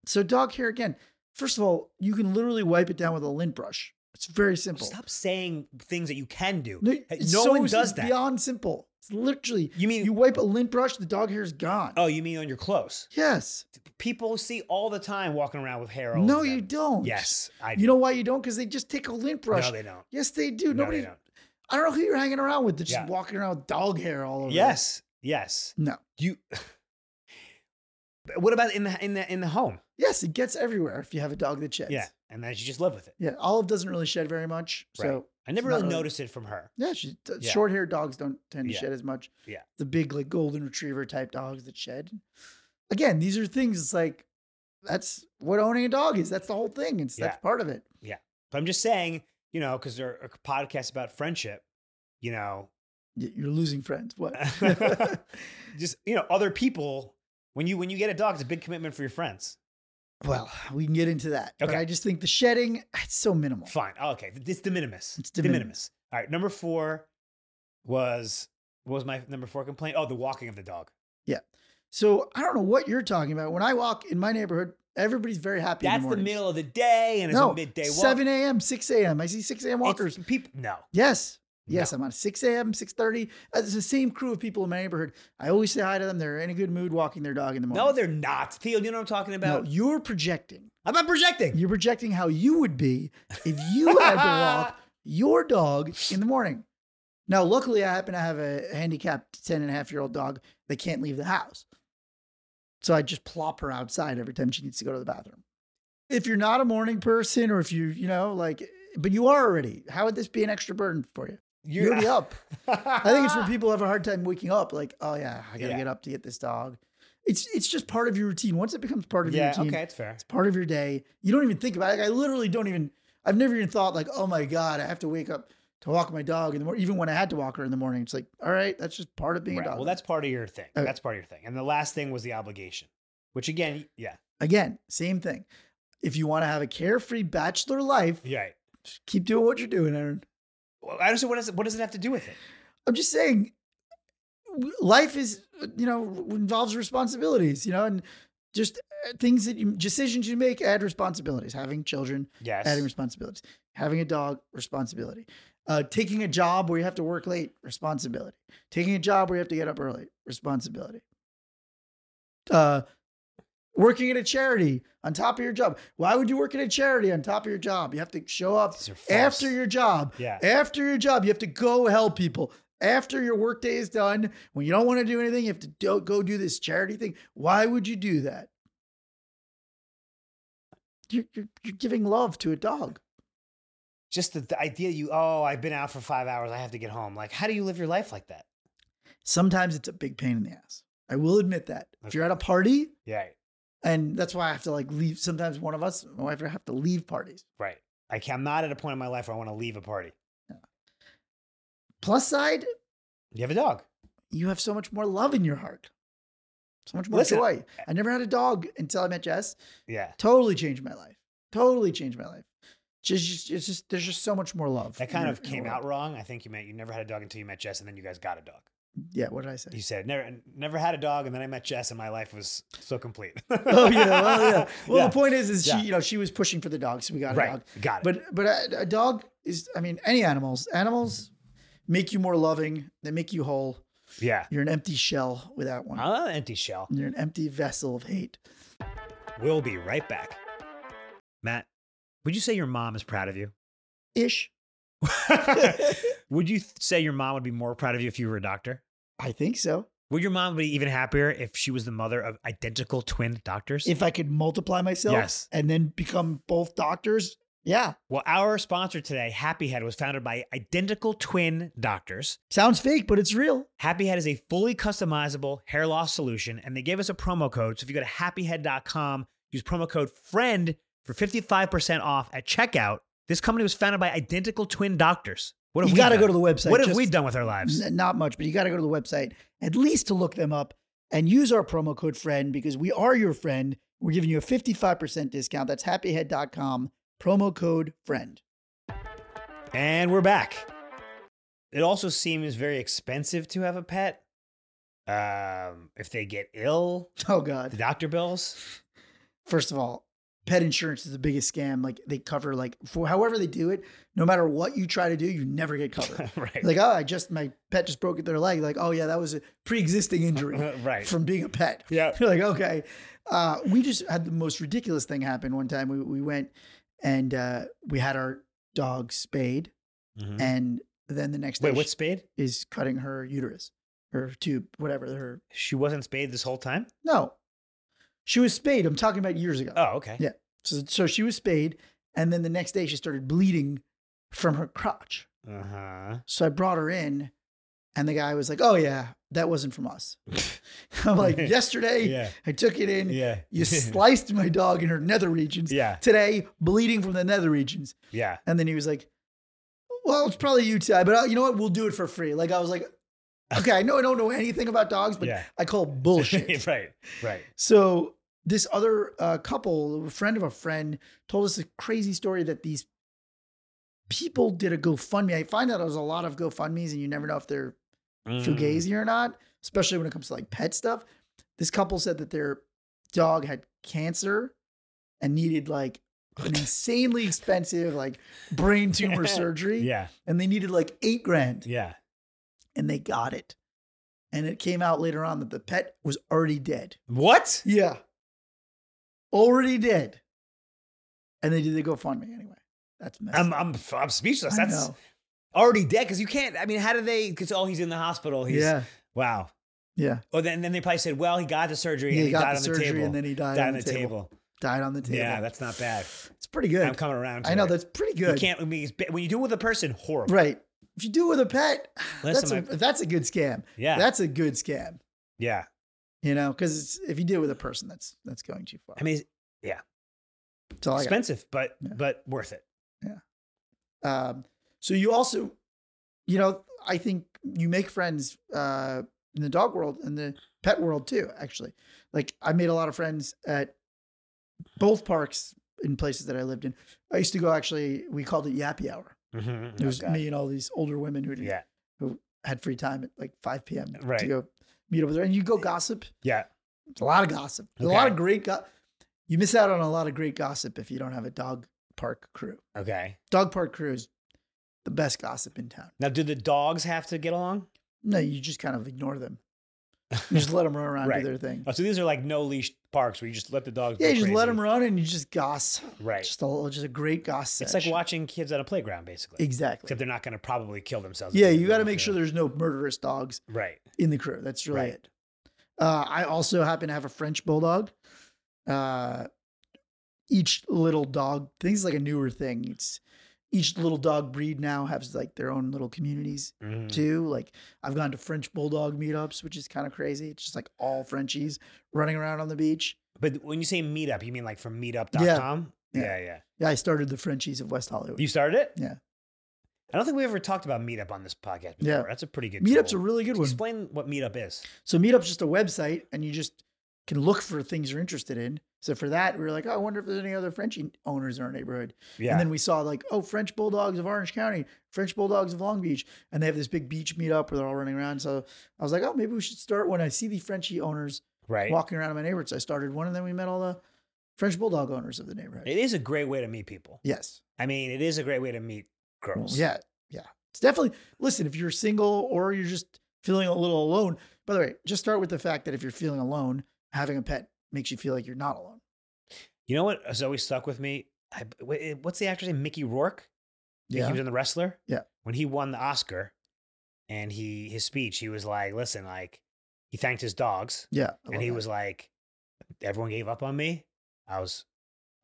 Speaker 1: so dog hair again. First of all, you can literally wipe it down with a lint brush. It's very simple.
Speaker 2: Stop saying things that you can do.
Speaker 1: No,
Speaker 2: Hey,
Speaker 1: it's
Speaker 2: no
Speaker 1: so-
Speaker 2: one does
Speaker 1: it's
Speaker 2: that.
Speaker 1: Beyond simple. It's literally
Speaker 2: you mean
Speaker 1: you wipe a lint brush, the dog hair is gone.
Speaker 2: oh, you mean on your clothes?
Speaker 1: Yes.
Speaker 2: People see all the time walking around with hair. all
Speaker 1: No,
Speaker 2: over
Speaker 1: you
Speaker 2: them.
Speaker 1: don't.
Speaker 2: Yes, I. Do.
Speaker 1: You know why you don't? Because they just take a lint brush.
Speaker 2: No, they don't.
Speaker 1: yes, they do.
Speaker 2: No,
Speaker 1: Nobody. Oh,
Speaker 2: they don't.
Speaker 1: I don't know who you're hanging around with. They're just
Speaker 2: Yeah.
Speaker 1: walking around with dog hair all over. them.
Speaker 2: Yes, yes.
Speaker 1: No.
Speaker 2: You. [LAUGHS] what about in the in the in the home?
Speaker 1: Yes, it gets everywhere if you have a dog that sheds.
Speaker 2: Yeah, and then you just live with it.
Speaker 1: Yeah. Olive doesn't really shed very much.
Speaker 2: Right.
Speaker 1: So
Speaker 2: I never
Speaker 1: not
Speaker 2: really
Speaker 1: really-
Speaker 2: noticed it from her.
Speaker 1: yeah, she th-
Speaker 2: Yeah.
Speaker 1: short haired dogs don't tend to
Speaker 2: Yeah.
Speaker 1: shed as much.
Speaker 2: Yeah.
Speaker 1: The big like golden retriever type dogs that shed. Again, these are things it's like that's what owning a dog is. That's the whole thing. It's
Speaker 2: Yeah.
Speaker 1: that's part of it.
Speaker 2: But I'm just saying, you know, because there are podcasts about friendship.
Speaker 1: [LAUGHS]
Speaker 2: You know, [LAUGHS]
Speaker 1: Y- You're losing friends. What? [LAUGHS]
Speaker 2: just you know, other people. When you when you get a dog, it's a big commitment for your friends.
Speaker 1: well, we can get into that. But
Speaker 2: Okay.
Speaker 1: I just think the shedding, it's so minimal.
Speaker 2: Fine. Oh, okay. It's de minimis.
Speaker 1: It's de
Speaker 2: de, minimis. All right. Number four was what was my number four complaint? Oh, the walking of the dog.
Speaker 1: So I don't know what you're talking about. When I walk in my neighborhood, everybody's very happy. in
Speaker 2: That's
Speaker 1: the,
Speaker 2: the
Speaker 1: mornings.
Speaker 2: middle of the day, and it's
Speaker 1: No,
Speaker 2: a midday walk.
Speaker 1: 7 a.m., 6 a.m. I see 6 a.m. walkers.
Speaker 2: People. No.
Speaker 1: yes. Yes,
Speaker 2: No.
Speaker 1: I'm on 6 a.m., 6.30. Uh, It's the same crew of people in my neighborhood. I always say hi to them. They're in a good mood walking their dog in the morning.
Speaker 2: No, they're not. Theo, you know what I'm talking
Speaker 1: No,
Speaker 2: about?
Speaker 1: you're projecting.
Speaker 2: I'm not projecting.
Speaker 1: You're projecting how you would be if you [LAUGHS] had to
Speaker 2: [LAUGHS]
Speaker 1: walk your dog in the morning. Now, luckily, I happen to have a handicapped 10 and a half year old dog that can't leave the house. So I just plop her outside every time she needs to go to the bathroom. If you're not a morning person or if you, you know, like, but you are already, how would this be an extra burden for you? You're, already up. I think it's
Speaker 2: [LAUGHS]
Speaker 1: for people who have a hard time waking up. Like, oh yeah, I gotta
Speaker 2: Uh-huh. Yeah.
Speaker 1: get up to get this dog. It's it's just part of your routine. Once it becomes part of your
Speaker 2: Yeah.
Speaker 1: routine,
Speaker 2: Okay. It's fair.
Speaker 1: it's part of your day. You don't even think about it. Like, I literally don't even. I've never even thought like, oh my god, I have to wake up to walk my dog in the morning. Even when I had to walk her in the morning, it's like, all right, that's just part of being
Speaker 2: Right.
Speaker 1: a dog.
Speaker 2: Well, that's part of your thing.
Speaker 1: Okay.
Speaker 2: That's part of your thing. And the last thing was the obligation, which again, yeah,
Speaker 1: again, same thing. If you want to have a carefree bachelor life,
Speaker 2: you're right.
Speaker 1: keep doing what you're doing, Aaron.
Speaker 2: Well, I don't know what does it, what does it have to do with it?
Speaker 1: I'm just saying, w- life is uh, you know involves responsibilities, you know, and just uh, things that you decisions you make add responsibilities. Having children,
Speaker 2: Yes.
Speaker 1: adding responsibilities. Having a dog, responsibility. Uh, taking a job where you have to work late, responsibility. Taking a job where you have to get up early, responsibility. Uh, working at a charity on top of your job. Why would you work at a charity on top of your job? You have to show up
Speaker 2: These are false.
Speaker 1: after your job.
Speaker 2: Yeah.
Speaker 1: After your job, you have to go help people. After your workday is done, when you don't want to do anything, you have to do, go do this charity thing. Why would you do that? You're, you're, you're giving love to a dog.
Speaker 2: just the, the idea you oh i've been out for five hours i have to get home like how do you live your life like that
Speaker 1: Sometimes it's a big pain in the ass. I will admit that. If you're at a party,
Speaker 2: yeah
Speaker 1: and that's why I have to like leave. Sometimes one of us, my wife, and I have to leave parties.
Speaker 2: right I can, i'm not at a point in my life where i want to leave a party
Speaker 1: Plus side,
Speaker 2: you have a dog
Speaker 1: you have so much more love in your heart, so much more
Speaker 2: Listen,
Speaker 1: joy. I never had a dog until I met Jess.
Speaker 2: yeah
Speaker 1: totally changed my life. Totally changed my life. Just, just it's just there's just so much more love.
Speaker 2: that kind
Speaker 1: in
Speaker 2: of
Speaker 1: the- in the
Speaker 2: came
Speaker 1: world.
Speaker 2: out wrong i think you meant you never had a dog until you met jess and then you guys got a [LAUGHS] dog
Speaker 1: Yeah, what did I say?
Speaker 2: you said never never had a dog and then i met jess and my life was so complete
Speaker 1: [LAUGHS]
Speaker 2: [LAUGHS]
Speaker 1: oh yeah, well yeah. Well,
Speaker 2: Yeah.
Speaker 1: the point is, is
Speaker 2: Yeah.
Speaker 1: she you know she was pushing for the dog, so we got a
Speaker 2: right
Speaker 1: dog.
Speaker 2: got it
Speaker 1: But but a, a dog is I mean any animals animals make you more loving. They make you whole.
Speaker 2: yeah
Speaker 1: You're an empty shell without one.
Speaker 2: i'm an empty shell
Speaker 1: You're an empty vessel of hate.
Speaker 2: we'll be right back matt would you say your mom is proud of [LAUGHS] you
Speaker 1: Ish.
Speaker 2: would you th- say your mom would be more proud of you if you were a doctor
Speaker 1: I think so.
Speaker 2: Would your mom be even happier if she was the mother of identical twin doctors?
Speaker 1: If I could multiply myself
Speaker 2: Yes.
Speaker 1: and then become both doctors, yeah,
Speaker 2: well, our sponsor today, Happy Head, was founded by identical twin doctors.
Speaker 1: sounds fake, but it's real.
Speaker 2: Happy Head is a fully customizable hair loss solution, and they gave us a promo code. So if you go to happyhead.com, use promo code FRIEND for 55% off at checkout. This company was founded by identical twin doctors. What have
Speaker 1: you
Speaker 2: we
Speaker 1: got to
Speaker 2: done?
Speaker 1: go to the website.
Speaker 2: What have
Speaker 1: just-
Speaker 2: we done with our lives?
Speaker 1: N- Not much, but you got to go to the website at least to look them up and use our promo code friend because we are your friend. We're giving you a 55% discount. That's happyhead.com, promo code friend. [LAUGHS]
Speaker 2: And we're back. It also seems very expensive to have a pet. Um, if they get ill,
Speaker 1: Oh,
Speaker 2: the
Speaker 1: God. [LAUGHS]
Speaker 2: doctor bills. [LAUGHS]
Speaker 1: First of all, pet insurance is the biggest scam. Like they cover like for however they do it, no matter what you try to do, you never get covered.
Speaker 2: [LAUGHS] right.
Speaker 1: like, oh, I just my pet just broke their leg. Like, oh yeah, that was a pre-existing injury
Speaker 2: [LAUGHS] right.
Speaker 1: from being a pet.
Speaker 2: Yeah.
Speaker 1: [LAUGHS] You're like, okay. Uh, we just had the most ridiculous thing happen one time. We we went and uh, we had our dog spayed,
Speaker 2: Mhm.
Speaker 1: and then the next day
Speaker 2: Wait, what spade?
Speaker 1: she is cutting her uterus, her tube, whatever her.
Speaker 2: She wasn't spayed this whole time?
Speaker 1: No, she was spayed. I'm talking about years ago.
Speaker 2: Oh, okay.
Speaker 1: Yeah. So so she was spayed, and then the next day she started bleeding from her crotch. [LAUGHS]
Speaker 2: Uh-huh.
Speaker 1: So I brought her in, and the guy was like, "Oh yeah, that wasn't from us." [LAUGHS] I'm
Speaker 2: [LAUGHS]
Speaker 1: like, "Yesterday
Speaker 2: Yeah.
Speaker 1: I took it in.
Speaker 2: Yeah.
Speaker 1: [LAUGHS]
Speaker 2: [LAUGHS]
Speaker 1: You sliced my dog in her nether regions.
Speaker 2: Yeah.
Speaker 1: Today, bleeding from the nether regions." [LAUGHS]
Speaker 2: Yeah.
Speaker 1: And then he was like, "Well, it's probably you, Ty, but uh, you know what? We'll do it for free." Like I was like, "Okay, I know I don't know anything about dogs, but
Speaker 2: Yeah. [LAUGHS]
Speaker 1: I call bullshit."
Speaker 2: right. Right.
Speaker 1: So this other uh, couple, a friend of a friend, told us a crazy story that these people did a GoFundMe. I find out there's a lot of GoFundmes, and you never know if they're
Speaker 2: Mm.
Speaker 1: fugazi or not, especially when it comes to like pet stuff. This couple said that their dog had cancer and needed like an insanely expensive like
Speaker 2: [LAUGHS]
Speaker 1: brain tumor surgery,
Speaker 2: Mm. Yeah.
Speaker 1: and they needed like eight grand
Speaker 2: Yeah.
Speaker 1: and they got it. And it came out later on that the pet was already dead.
Speaker 2: What?
Speaker 1: Yeah. Already dead. And they did the GoFundMe anyway. That's messed
Speaker 2: I'm
Speaker 1: up.
Speaker 2: I'm I'm speechless.
Speaker 1: I
Speaker 2: That's
Speaker 1: know.
Speaker 2: already dead because you can't. I mean, how do they? Because oh, he's in the hospital. He's
Speaker 1: yeah.
Speaker 2: wow.
Speaker 1: Yeah.
Speaker 2: Oh, then then they probably said, well, he got the surgery
Speaker 1: He
Speaker 2: and he
Speaker 1: got
Speaker 2: died
Speaker 1: the
Speaker 2: on
Speaker 1: surgery
Speaker 2: the table.
Speaker 1: and then he died,
Speaker 2: died on the table.
Speaker 1: Died on the table.
Speaker 2: Yeah, that's not bad.
Speaker 1: it's pretty [LAUGHS]
Speaker 2: I'm
Speaker 1: good.
Speaker 2: coming around. To
Speaker 1: I know
Speaker 2: it.
Speaker 1: that's pretty
Speaker 2: You
Speaker 1: good.
Speaker 2: can't. I mean, it's ba- when you do it with a person, horrible.
Speaker 1: Right. If you do it with a pet, [SIGHS]
Speaker 2: Listen,
Speaker 1: that's a, that's a good scam.
Speaker 2: Yeah.
Speaker 1: That's a good scam.
Speaker 2: yeah.
Speaker 1: You know, because if you do it with a person, that's that's going too far.
Speaker 2: I mean, it's
Speaker 1: that's all I got.
Speaker 2: expensive, but
Speaker 1: Yeah.
Speaker 2: but worth it.
Speaker 1: Um, so you also, you know, I think you make friends uh, in the dog world and the pet world too. Actually, like I made a lot of friends at both parks in places that I lived in. I used to go. Actually, we called it Yappy Hour.
Speaker 2: Mhm.
Speaker 1: It was
Speaker 2: Okay.
Speaker 1: me and all these older women who
Speaker 2: Yeah.
Speaker 1: had free time at like 5 p.m. to
Speaker 2: Right.
Speaker 1: go meet over there, and you go gossip.
Speaker 2: Yeah.
Speaker 1: It's a lot of gossip. There's A lot
Speaker 2: Okay.
Speaker 1: of great. Go- you miss out on a lot of great gossip if you don't have a dog park crew.
Speaker 2: Okay.
Speaker 1: Dog park crew is the best gossip in town.
Speaker 2: Now, do the dogs have to get along?
Speaker 1: No, you just kind of ignore them. You just let them run
Speaker 2: [LAUGHS]
Speaker 1: around
Speaker 2: Right.
Speaker 1: do their thing.
Speaker 2: Oh, so these are like no leash parks where you just let the dogs.
Speaker 1: Yeah,
Speaker 2: go
Speaker 1: you just let
Speaker 2: crazy.
Speaker 1: them run and you just goss.
Speaker 2: Right.
Speaker 1: Just a just a great goss.
Speaker 2: it's like
Speaker 1: sesh.
Speaker 2: watching kids at a playground, basically.
Speaker 1: exactly.
Speaker 2: Except they're not going to probably kill themselves. if
Speaker 1: Yeah,
Speaker 2: they
Speaker 1: you got to
Speaker 2: don't
Speaker 1: make
Speaker 2: do
Speaker 1: sure
Speaker 2: it.
Speaker 1: there's no murderous dogs
Speaker 2: Right.
Speaker 1: in the crew. That's really
Speaker 2: Right.
Speaker 1: it. Uh, I also happen to have a French bulldog. Uh, each little dog, things like a newer thing. It's each little dog breed now has like their own little communities
Speaker 2: Mhm.
Speaker 1: too. Like I've gone to French bulldog meetups, which is kind of crazy. It's just like all Frenchies running around on the beach.
Speaker 2: But when you say meetup, you mean like from
Speaker 1: Yeah.
Speaker 2: meetup.com?
Speaker 1: Yeah.
Speaker 2: yeah,
Speaker 1: Yeah, I started the Frenchies of West Hollywood.
Speaker 2: You started it?
Speaker 1: Yeah.
Speaker 2: I don't think we ever talked about meetup on this podcast before.
Speaker 1: Yeah.
Speaker 2: That's a pretty good
Speaker 1: Meetup's a
Speaker 2: tool.
Speaker 1: really good one.
Speaker 2: Explain what meetup is.
Speaker 1: So Meetup's just a website, and you just can look for things you're interested in. So for that, we were like, oh, I wonder if there's any other Frenchie owners in our neighborhood.
Speaker 2: Yeah.
Speaker 1: And then we saw like, oh, French Bulldogs of Orange County, French Bulldogs of Long Beach, and they have this big beach meetup where they're all running around. So I was like, oh, maybe we should start one. I see the Frenchie owners
Speaker 2: right.
Speaker 1: walking around in my neighborhood, so I started one, and then we met all the French Bulldog owners of the neighborhood.
Speaker 2: it is a great way to meet people.
Speaker 1: yes.
Speaker 2: I mean, it is a great way to meet girls.
Speaker 1: Yeah, yeah. It's definitely listen, if you're single or you're just feeling a little alone, by the way, just start with the fact that if you're feeling alone, having a pet makes you feel like you're not alone.
Speaker 2: You know what has always stuck with me? I, wh- what's the actor's name? Mickey Rourke? Yeah. He
Speaker 1: Yeah.
Speaker 2: was in The Wrestler.
Speaker 1: Yeah.
Speaker 2: When he won the Oscar and he his speech, he was like, listen, like he thanked his dogs
Speaker 1: Yeah. I love
Speaker 2: and he
Speaker 1: that.
Speaker 2: was like, everyone gave up on me. I was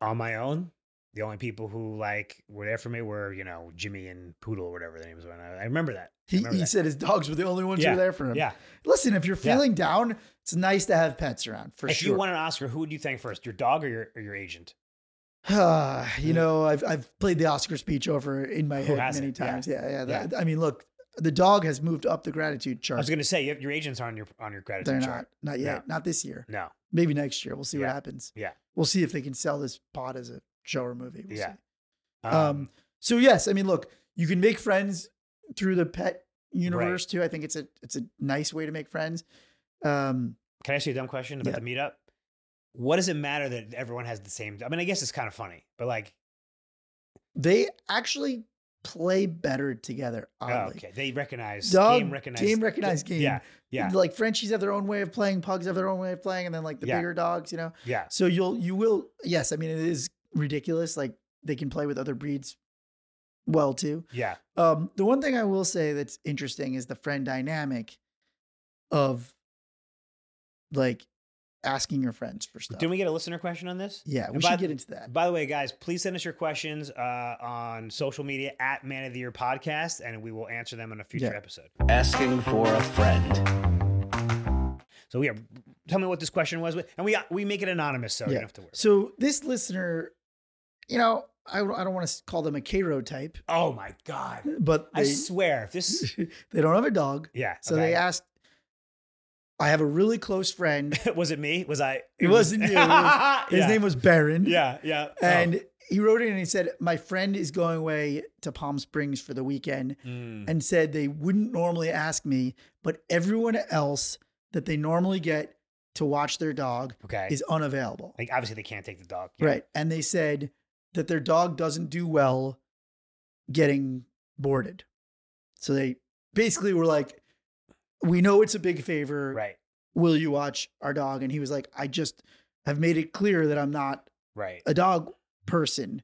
Speaker 2: on my own. The only people who like were there for me were, you know, Jimmy and Poodle or whatever their names were. And I, I remember that.
Speaker 1: he,
Speaker 2: remember
Speaker 1: he
Speaker 2: that.
Speaker 1: said his dogs were the only ones who
Speaker 2: Yeah,
Speaker 1: were there for him.
Speaker 2: Yeah.
Speaker 1: Listen, if you're
Speaker 2: Yeah.
Speaker 1: feeling down, it's nice to have pets around for
Speaker 2: if
Speaker 1: sure.
Speaker 2: you won an Oscar, who would you thank first, your dog or your or your agent?
Speaker 1: [SIGHS] you know, I've I've played the Oscar speech over in my
Speaker 2: Who
Speaker 1: head many
Speaker 2: hasn't? Yeah.
Speaker 1: times. Yeah, yeah. that- I mean, look, the dog has moved up the gratitude
Speaker 2: I
Speaker 1: chart.
Speaker 2: was gonna say your your agents aren't on your on your credit
Speaker 1: They're
Speaker 2: chart.
Speaker 1: not, not yet, not this year.
Speaker 2: No.
Speaker 1: maybe next year. We'll see
Speaker 2: Yeah.
Speaker 1: what happens.
Speaker 2: Yeah.
Speaker 1: We'll see if they can sell this pod as a show or movie. We'll
Speaker 2: Yeah.
Speaker 1: see. Um, so yes, I mean, look, you can make friends through the pet universe too. I think it's a it's a nice way to make friends. Um,
Speaker 2: Can I ask you a dumb question about
Speaker 1: Yeah.
Speaker 2: the meetup? what does it matter that everyone has the same? I mean, I guess it's kind of funny, but like,
Speaker 1: They actually play better together. Oddly.
Speaker 2: Oh, okay, they recognize
Speaker 1: Dog-
Speaker 2: game, recognize
Speaker 1: game recognize game.
Speaker 2: Yeah, yeah,
Speaker 1: Like Frenchies have their own way of playing, pugs have their own way of playing, and then like the
Speaker 2: Yeah.
Speaker 1: bigger dogs, you know.
Speaker 2: yeah,
Speaker 1: So you'll you will yes, I mean it is ridiculous. Like they can play with other breeds well too.
Speaker 2: yeah,
Speaker 1: Um, the one thing I will say that's interesting is the friend dynamic of like asking your friends for stuff.
Speaker 2: Didn't we get a listener question on this?
Speaker 1: yeah, we
Speaker 2: and by
Speaker 1: should
Speaker 2: the-
Speaker 1: get into that.
Speaker 2: By the way, guys, please send us your questions uh, on social media at Man of the Year Podcast, and we will answer them in a future
Speaker 1: Yeah.
Speaker 2: episode.
Speaker 3: Asking for a friend.
Speaker 2: So we are. Tell me what this question was, and we we make it anonymous, so you
Speaker 1: Yeah.
Speaker 2: don't have to worry.
Speaker 1: So this listener, you know, I, I don't want to call them a Cairo type,
Speaker 2: oh my god!
Speaker 1: but
Speaker 2: I
Speaker 1: they,
Speaker 2: swear, if this,
Speaker 1: [LAUGHS] they don't have a dog.
Speaker 2: yeah.
Speaker 1: So they asked, I have a really close
Speaker 2: [LAUGHS]
Speaker 1: friend.
Speaker 2: they was it me? Was I?
Speaker 1: It
Speaker 2: [LAUGHS]
Speaker 1: wasn't you. His His
Speaker 2: Yeah.
Speaker 1: name was Baron.
Speaker 2: Yeah, yeah. Oh.
Speaker 1: And he wrote in and he said, My friend is going away to Palm Springs for the weekend
Speaker 2: Mm.
Speaker 1: and said they wouldn't normally ask me, but everyone else that they normally get to watch their dog
Speaker 2: okay.
Speaker 1: is unavailable.
Speaker 2: like obviously they can't take the dog. Yeah.
Speaker 1: Right. And they said that their dog doesn't do well getting boarded. So they basically were like, We know it's a big favor.
Speaker 2: Right.
Speaker 1: Will you watch our dog? And he was like, I just have made it clear that I'm not
Speaker 2: Right.
Speaker 1: a dog person.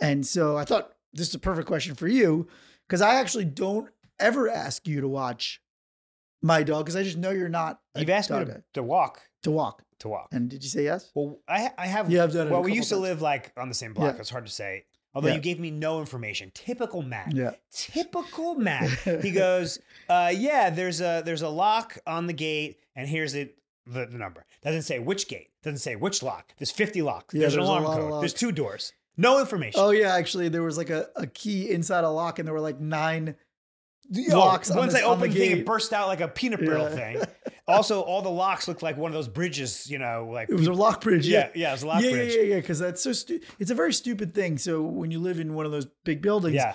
Speaker 1: And so I thought this is a perfect question for you because I actually don't ever ask you to watch my dog because I just know you're not a
Speaker 2: You've asked me
Speaker 1: dog
Speaker 2: to, to walk.
Speaker 1: to walk.
Speaker 2: To walk.
Speaker 1: And did you say yes?
Speaker 2: Well, I I have.
Speaker 1: You have done it. a
Speaker 2: Well, we
Speaker 1: couple
Speaker 2: used to
Speaker 1: times.
Speaker 2: live like on the same block.
Speaker 1: Yeah.
Speaker 2: It's hard to say. Although
Speaker 1: Yeah.
Speaker 2: you gave me no information. Typical Matt.
Speaker 1: Yeah. [LAUGHS]
Speaker 2: Typical Matt. he goes, uh, "Yeah, there's a there's a lock on the gate, and here's the the, the number. Doesn't say which gate. Doesn't say which lock. There's 50 locks.
Speaker 1: Yeah,
Speaker 2: there's,
Speaker 1: there's a
Speaker 2: an alarm
Speaker 1: lot of
Speaker 2: code. There's
Speaker 1: locks.
Speaker 2: two doors. No information.
Speaker 1: Oh yeah, actually there was like a, a key inside a lock and there were like nine
Speaker 2: Oh,
Speaker 1: locks on
Speaker 2: Once
Speaker 1: this-
Speaker 2: I
Speaker 1: on the
Speaker 2: opened the thing,
Speaker 1: gate.
Speaker 2: it burst out like a peanut brittle
Speaker 1: Yeah. [LAUGHS]
Speaker 2: thing. Also, all the locks looked like one of those bridges, you know, like
Speaker 1: It was a lock bridge.
Speaker 2: yeah,
Speaker 1: Yeah.
Speaker 2: yeah, it was a lock
Speaker 1: yeah,
Speaker 2: bridge.
Speaker 1: yeah, yeah, because that's so stu- it's a very stupid thing. So when you live in one of those big buildings,
Speaker 2: Yeah.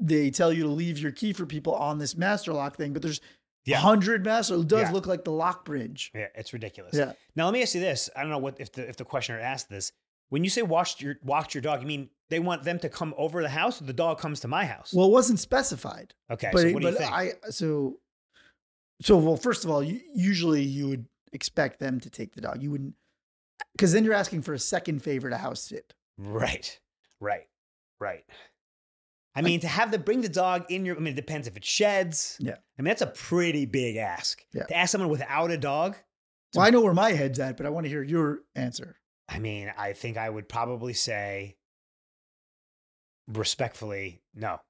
Speaker 1: they tell you to leave your key for people on this master lock thing, but there's a
Speaker 2: Yeah.
Speaker 1: 100 master. It does
Speaker 2: Yeah.
Speaker 1: look like the lock bridge.
Speaker 2: Yeah, it's ridiculous.
Speaker 1: Yeah.
Speaker 2: Now let me ask you this. I don't know what if the if the questioner asked this. When you say watch your watch your dog, you mean they want them to come over the house or the dog comes to my house?
Speaker 1: Well, it wasn't specified,
Speaker 2: okay,
Speaker 1: but,
Speaker 2: so
Speaker 1: it-
Speaker 2: what do you
Speaker 1: but
Speaker 2: think?
Speaker 1: I, so, so, well, first of all, you, usually you would expect them to take the dog. You wouldn't, because then you're asking for a second favor to house sit.
Speaker 2: Right. Right. Right. I mean, to have the bring the dog in your, I mean, it depends if it sheds.
Speaker 1: Yeah.
Speaker 2: I mean, that's a pretty big ask.
Speaker 1: Yeah.
Speaker 2: To ask someone without a dog,
Speaker 1: Well, I know where my head's at, but I want to hear your answer.
Speaker 2: I mean, I think I would probably say respectfully, no.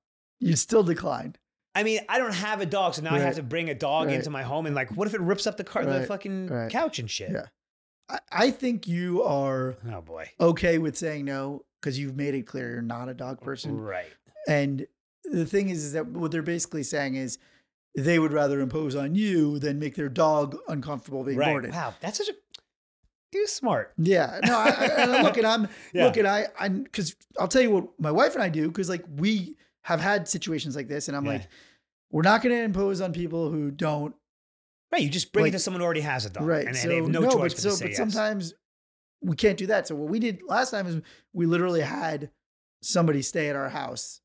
Speaker 1: You'd still decline.
Speaker 2: I mean, I don't have a dog, so now I
Speaker 1: Right.
Speaker 2: have to bring a dog
Speaker 1: Right.
Speaker 2: into my home and like, what if it rips up the car, the
Speaker 1: Right.
Speaker 2: fucking
Speaker 1: Right.
Speaker 2: couch and shit?
Speaker 1: Yeah. I, I think you are
Speaker 2: Oh boy.
Speaker 1: okay with saying no because you've made it clear you're not a dog person.
Speaker 2: Right.
Speaker 1: And the thing is, is that what they're basically saying is they would rather impose on you than make their dog uncomfortable being
Speaker 2: Right.
Speaker 1: boarded.
Speaker 2: Wow. That's such a, you're smart.
Speaker 1: Yeah. No, I, I, and
Speaker 2: [LAUGHS]
Speaker 1: I- look, and I'm,
Speaker 2: Yeah.
Speaker 1: look, and I, I, cause I'll tell you what my wife and I do, cause like we have had situations like this and I'm
Speaker 2: Yeah.
Speaker 1: like, we're not going to impose on people who don't,
Speaker 2: Right. You just bring
Speaker 1: Like-
Speaker 2: it to someone who already has a dog.
Speaker 1: right.
Speaker 2: And,
Speaker 1: so,
Speaker 2: and they have no,
Speaker 1: no,
Speaker 2: choice
Speaker 1: but,
Speaker 2: but,
Speaker 1: so,
Speaker 2: to say
Speaker 1: but
Speaker 2: yes.
Speaker 1: sometimes we can't do that. So what we did last time is we literally had somebody stay at our house.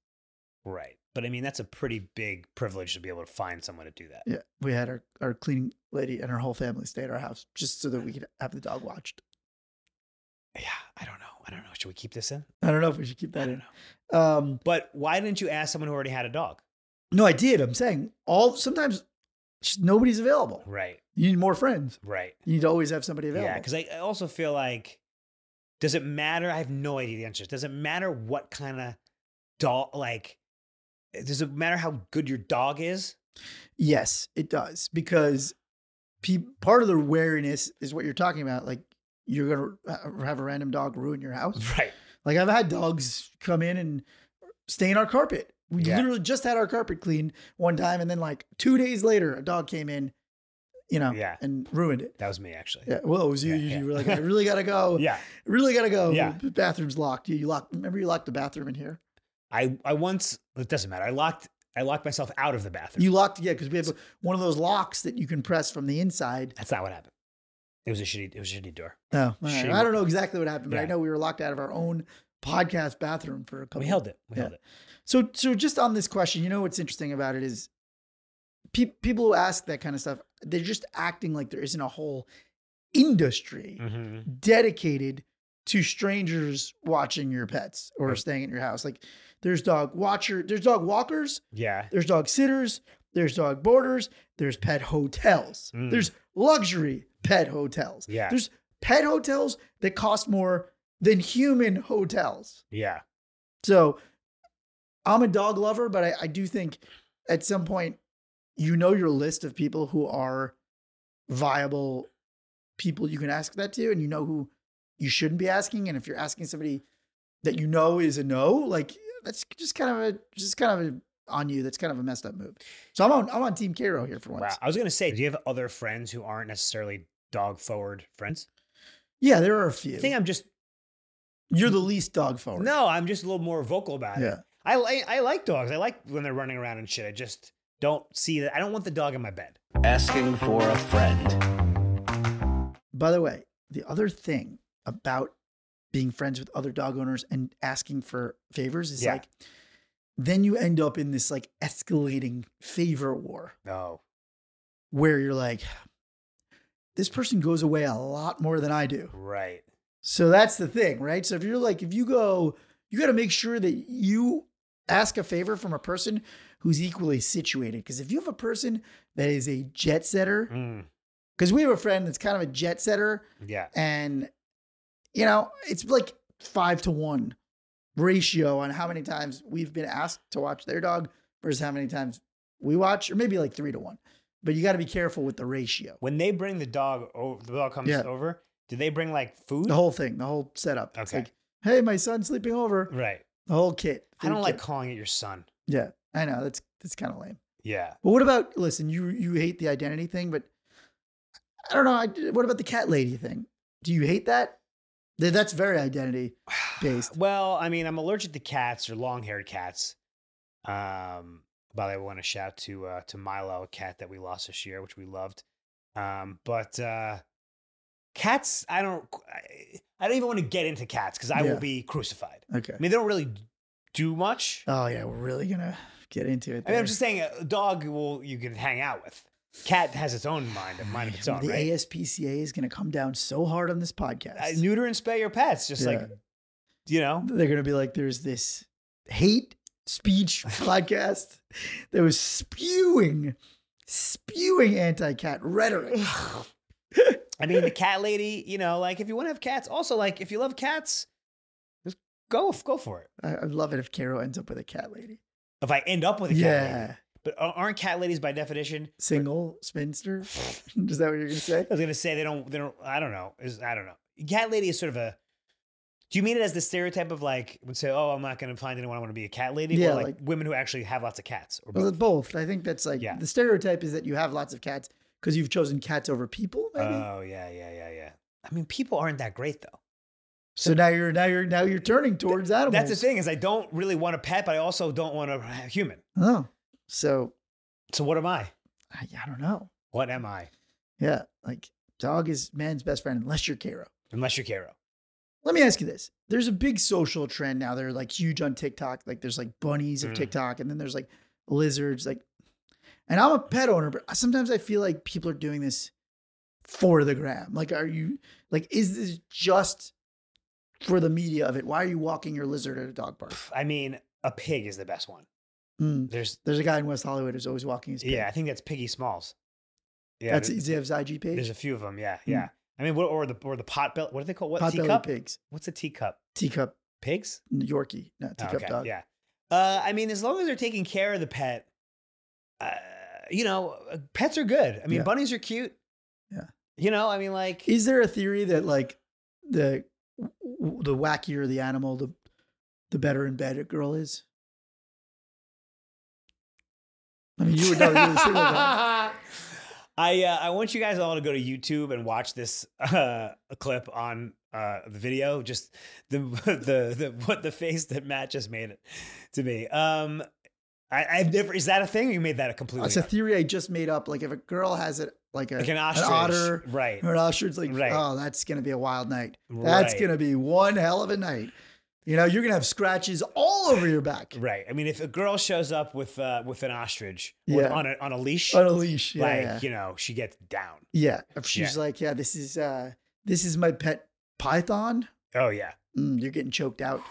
Speaker 2: Right. But I mean, that's a pretty big privilege to be able to find someone to do that.
Speaker 1: Yeah. We had our, our cleaning lady and her whole family stay at our house just so that we could have the dog watched.
Speaker 2: Yeah. I don't know. I don't know. Should we keep this in?
Speaker 1: I don't know if we should keep
Speaker 2: I
Speaker 1: that
Speaker 2: don't know.
Speaker 1: in. Um,
Speaker 2: But why didn't you ask someone who already had a dog?
Speaker 1: no, I did. I'm saying all sometimes just nobody's available.
Speaker 2: Right.
Speaker 1: You need more friends.
Speaker 2: Right.
Speaker 1: You need to always have somebody available.
Speaker 2: Yeah. Because I, I also feel like, does it matter? I have no idea the answer. Does it matter what kind of dog, like, eh, does it matter how good your
Speaker 1: [LAUGHS]
Speaker 2: dog is?
Speaker 1: yes, it does because pe- part of the wariness is what you're talking about. Like you're gonna ha- have a random dog ruin your house.
Speaker 2: Right.
Speaker 1: Like I've had dogs come in and stain our carpet. We
Speaker 2: Yeah.
Speaker 1: literally just had our carpet cleaned one time, and then like two days later, a dog came in, you know,
Speaker 2: [LAUGHS] Yeah.
Speaker 1: and ruined it.
Speaker 2: That was me, actually.
Speaker 1: Yeah, well, it was you.
Speaker 2: Yeah,
Speaker 1: you,
Speaker 2: yeah.
Speaker 1: you were like,
Speaker 2: [LAUGHS]
Speaker 1: I really gotta go.
Speaker 2: Yeah.
Speaker 1: really gotta go.
Speaker 2: Yeah.
Speaker 1: The bathroom's locked. You, you locked. Remember, you locked the bathroom in here.
Speaker 2: I, I once, it doesn't matter. I locked, I locked myself out of the bathroom.
Speaker 1: You locked, yeah, because we have one of those locks that you can press from the inside.
Speaker 2: That's not what happened. It was a shitty. It was a shitty door.
Speaker 1: Oh, all right.
Speaker 2: Shame.
Speaker 1: I don't know exactly what happened, but I
Speaker 2: Yeah.
Speaker 1: know we were locked out of our own podcast bathroom for a couple.
Speaker 2: We held it. We
Speaker 1: Yeah.
Speaker 2: held it.
Speaker 1: So, so just on this question, you know what's interesting about it is pe- people who ask that kind of stuff, they're just acting like there isn't a whole industry
Speaker 2: Mm-hmm.
Speaker 1: dedicated to strangers watching your pets or
Speaker 2: Right.
Speaker 1: staying at your house. Like, there's dog watcher, there's dog walkers,
Speaker 2: Yeah.
Speaker 1: there's dog sitters, there's dog boarders, there's pet hotels,
Speaker 2: Mm.
Speaker 1: there's luxury pet hotels,
Speaker 2: Yeah.
Speaker 1: there's pet hotels that cost more than human hotels.
Speaker 2: Yeah.
Speaker 1: So I'm a dog lover, but I, I do think at some point you know your list of people who are viable people you can ask that to, and you know who you shouldn't be asking. And if you're asking somebody that you know is a no, like that's just kind of a just kind of a, on you. That's kind of a messed up move. So I'm on I'm on Team Cairo here for once.
Speaker 2: Wow. I was gonna say, do you have other friends who aren't necessarily dog forward friends?
Speaker 1: Yeah, there are a few.
Speaker 2: I think I'm just
Speaker 1: you're the least dog forward.
Speaker 2: no. I'm just a little more vocal about it.
Speaker 1: Yeah.
Speaker 2: I like I like dogs. I like when they're running around and shit. I just don't see that. I don't want the dog in my bed.
Speaker 3: Asking for a friend.
Speaker 1: By the way, the other thing about being friends with other dog owners and asking for favors is
Speaker 2: Yeah.
Speaker 1: like, then you end up in this like escalating favor war
Speaker 2: No.
Speaker 1: where you're like, this person goes away a lot more than I do.
Speaker 2: Right.
Speaker 1: So that's the thing, right? So if you're like, if you go, you got to make sure that you ask a favor from a person who's equally situated. Because if you have a person that is a jet setter,
Speaker 2: Mm.
Speaker 1: because we have a friend that's kind of a jet setter,
Speaker 2: Yeah.
Speaker 1: and you know it's like five to one ratio on how many times we've been asked to watch their dog versus how many times we watch or maybe like three to one but you got to be careful with the ratio
Speaker 2: When they bring the dog over, the dog comes
Speaker 1: Yeah.
Speaker 2: over. Do they bring like food?
Speaker 1: the whole thing the whole setup it's
Speaker 2: Okay.
Speaker 1: like hey my son's sleeping over
Speaker 2: right.
Speaker 1: the whole kit
Speaker 2: I don't
Speaker 1: Food
Speaker 2: like
Speaker 1: kit.
Speaker 2: calling it your son.
Speaker 1: yeah i know that's that's kind of lame
Speaker 2: Yeah.
Speaker 1: but what about listen you you hate the identity thing but i don't know I, what about the cat lady thing do you hate that Th- that's very identity
Speaker 2: [SIGHS]
Speaker 1: based
Speaker 2: Well, I mean, I'm allergic to cats or long-haired cats. Um, by the way, I want to shout to uh, to Milo, a cat that we lost this year, which we loved. Um, but uh, cats, I don't, I, I don't even want to get into cats because I
Speaker 1: Yeah.
Speaker 2: will be crucified.
Speaker 1: okay
Speaker 2: I mean, they don't really do much.
Speaker 1: Oh yeah, we're really gonna get into it.
Speaker 2: I mean,
Speaker 1: there.
Speaker 2: I'm just saying, a dog will you can hang out with. Cat has its own mind, a mind of its own,
Speaker 1: the
Speaker 2: right?
Speaker 1: ASPCA is gonna come down so hard on this podcast.
Speaker 2: Uh, neuter and spay your pets, just like
Speaker 1: Yeah.
Speaker 2: you know.
Speaker 1: They're gonna be like, "There's this hate speech
Speaker 2: [LAUGHS]
Speaker 1: podcast that was spewing, spewing anti-cat
Speaker 2: [LAUGHS]
Speaker 1: rhetoric." [SIGHS]
Speaker 2: [SIGHS] I mean, the cat lady, you know, like if you want to have cats, also like if you love cats, just go go for it.
Speaker 1: I, I'd love it if Caro ends up with a cat lady.
Speaker 2: If I end up with a cat lady,
Speaker 1: yeah,
Speaker 2: but a- aren't cat ladies by definition?
Speaker 1: single spinster. [LAUGHS] is that what you're gonna say?
Speaker 2: I was gonna say they don't. They don't. I don't know. Is I don't know. Cat lady is sort of a. Do you mean it as the stereotype of like would say, oh, I'm not gonna find anyone. I want to be a cat lady.
Speaker 1: Yeah,
Speaker 2: or like,
Speaker 1: like-
Speaker 2: women who actually have lots of cats. Or
Speaker 1: Well,
Speaker 2: [LAUGHS] both.
Speaker 1: both. I think that's like
Speaker 2: Yeah.
Speaker 1: the stereotype is that you have lots of cats because you've chosen cats over people. Maybe.
Speaker 2: Oh yeah, yeah, yeah, yeah. I mean, people aren't that great though.
Speaker 1: so now you're now you're now you're turning towards animals.
Speaker 2: That's the thing is I don't really want a pet, but I also don't want a human.
Speaker 1: Oh, so
Speaker 2: So what am I?
Speaker 1: I, I don't know.
Speaker 2: What am I?
Speaker 1: Yeah, like dog is man's best friend unless you're Cairo.
Speaker 2: Unless you're Karo.
Speaker 1: Let me ask you this: There's a big social trend now. They're like huge on TikTok. Like there's like bunnies of
Speaker 2: Mm.
Speaker 1: TikTok, and then there's like lizards. Like, and I'm a pet owner, but sometimes I feel like people are doing this for the gram. Like, are you like is this just for the media of it? Why are you walking your lizard at a dog park?
Speaker 2: I mean, a pig is the best one.
Speaker 1: Mm.
Speaker 2: There's,
Speaker 1: There's a guy in West Hollywood who's always walking his. Pig.
Speaker 2: yeah, I think that's Piggy Smalls. Yeah,
Speaker 1: that's
Speaker 2: there-
Speaker 1: does he have his IG
Speaker 2: there's
Speaker 1: page?
Speaker 2: a few of them. Yeah, yeah. I mean, what or the or the pot belt? What do they call what
Speaker 1: Potbelly
Speaker 2: teacup?
Speaker 1: pigs,
Speaker 2: What's a teacup?
Speaker 1: teacup
Speaker 2: Pigs?
Speaker 1: Yorkie, not
Speaker 2: Oh,
Speaker 1: teacup dog.
Speaker 2: Yeah. Uh, I mean, as long as they're taking care of the pet, uh, you know, uh, pets are good. I mean,
Speaker 1: Yeah.
Speaker 2: bunnies are cute.
Speaker 1: Yeah.
Speaker 2: You know, I mean, like
Speaker 1: Is there a theory that like the w- the wackier the animal, the the better in bed a girl is? I mean, you would know. You're the single
Speaker 2: [LAUGHS]
Speaker 1: guy.
Speaker 2: I uh, I want you guys all to go to YouTube and watch this uh, clip on uh, the video. Just the [LAUGHS] the the what the face that Matt just made it to me. Um, I, I've never is that a thing? Or you made that a completely.
Speaker 1: It's a
Speaker 2: up?
Speaker 1: theory I just made up. Like, if a girl has it like a,
Speaker 2: Like an ostrich.
Speaker 1: otter
Speaker 2: Right.
Speaker 1: or an ostrich. Like,
Speaker 2: Right.
Speaker 1: oh, that's gonna be a wild night. That's
Speaker 2: Right.
Speaker 1: gonna be one hell of a night. You know, you're gonna have scratches all over your back
Speaker 2: Right. I mean, if a girl shows up with uh, with an ostrich
Speaker 1: Yeah.
Speaker 2: with, on a on a leash,
Speaker 1: on a leash. Yeah,
Speaker 2: like
Speaker 1: yeah.
Speaker 2: you know, she gets down.
Speaker 1: Yeah. If she's like, yeah, this is uh this is my pet python.
Speaker 2: Oh yeah,
Speaker 1: Mm, you're getting choked out.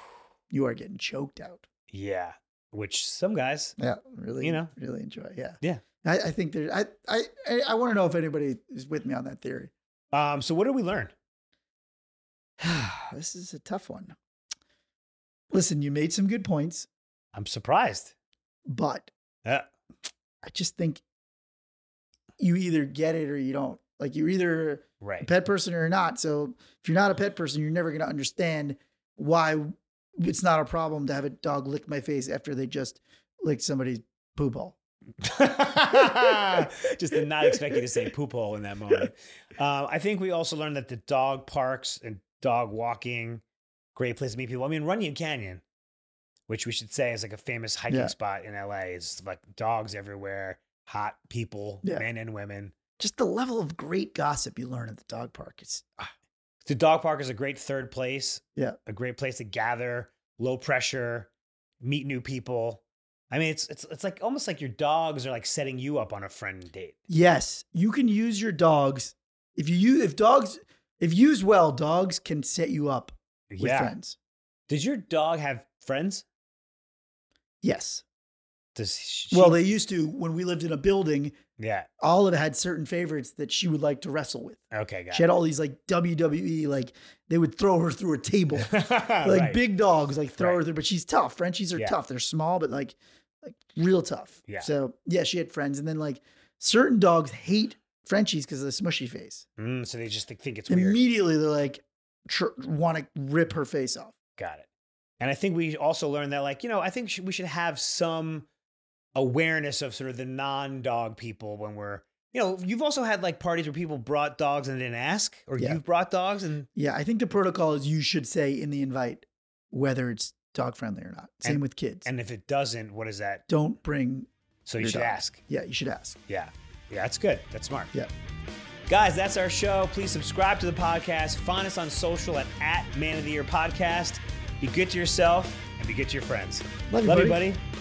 Speaker 1: You are getting choked out.
Speaker 2: yeah. Which some guys,
Speaker 1: Yeah, really,
Speaker 2: You know?
Speaker 1: really enjoy. Yeah,
Speaker 2: Yeah.
Speaker 1: I, I think there. I I I, I want to know if anybody is with me on that theory. [SIGHS]
Speaker 2: Um, so what did we learn?
Speaker 1: this is a tough one. Listen, you made some good points,
Speaker 2: I'm surprised.
Speaker 1: but
Speaker 2: Uh,
Speaker 1: I just think you either get it or you don't. Like you're either a
Speaker 2: right.
Speaker 1: pet person or not. So if you're not a pet person, you're never going to understand why it's not a problem to have a dog lick my face after they just licked somebody's poop hole.
Speaker 2: [LAUGHS] [LAUGHS] Just did not expect you to say poop hole in that moment. Uh, I think we also learned that the dog parks and dog walking, great place to meet people. I mean, Runyon Canyon, which we should say is like a famous hiking
Speaker 1: Yeah.
Speaker 2: spot in LA, is like dogs everywhere, hot people,
Speaker 1: Yeah.
Speaker 2: men and women.
Speaker 1: [LAUGHS] Just the level of great gossip you learn at the dog park. It's
Speaker 2: The dog park is a great third place.
Speaker 1: Yeah.
Speaker 2: A great place to gather, low pressure, meet new people. I mean, it's it's it's like almost like your dogs are like setting you up on a friend date.
Speaker 1: yes, you can use your dogs if you use if dogs if used well, dogs can set you up with friends.
Speaker 2: Did your dog have friends?
Speaker 1: Yes.
Speaker 2: Does she,
Speaker 1: well, they used to when we lived in a building.
Speaker 2: yeah.
Speaker 1: Olive had certain favorites that she would like to wrestle with.
Speaker 2: Okay, got
Speaker 1: She had all these like WWE, like they would throw her through a
Speaker 2: [LAUGHS]
Speaker 1: table.
Speaker 2: it.
Speaker 1: like
Speaker 2: Right.
Speaker 1: big dogs, like throw her
Speaker 2: Right.
Speaker 1: through. But she's tough. Frenchies are
Speaker 2: Yeah.
Speaker 1: tough. They're small, but like, like real tough.
Speaker 2: Yeah.
Speaker 1: So yeah, she had friends, and then like certain dogs hate Frenchies because of the smushy face.
Speaker 2: Mm, so they just think, think it's weird.
Speaker 1: Immediately, they're like, tr- want to rip her face off.
Speaker 2: Got it. And I think we also learned that, like, you know, I think sh- we should have some awareness of sort of the non dog people when we're, you know, you've also had like parties where people brought dogs and didn't ask, or
Speaker 1: Yeah.
Speaker 2: you've brought dogs and
Speaker 1: Yeah, I think the protocol is you should say in the invite whether it's dog friendly or not. Same
Speaker 2: And-
Speaker 1: with kids. And
Speaker 2: and if it doesn't, what is that?
Speaker 1: don't bring.
Speaker 2: So you
Speaker 1: Your
Speaker 2: should
Speaker 1: dog.
Speaker 2: ask.
Speaker 1: Yeah, you should ask.
Speaker 2: Yeah. Yeah, that's good. That's smart.
Speaker 1: Yeah.
Speaker 2: Guys, that's our show. Please subscribe to the podcast. Find us on social at, at Man of the Year Podcast. Be good to yourself and be good to your friends.
Speaker 1: Love you, buddy.
Speaker 2: buddy.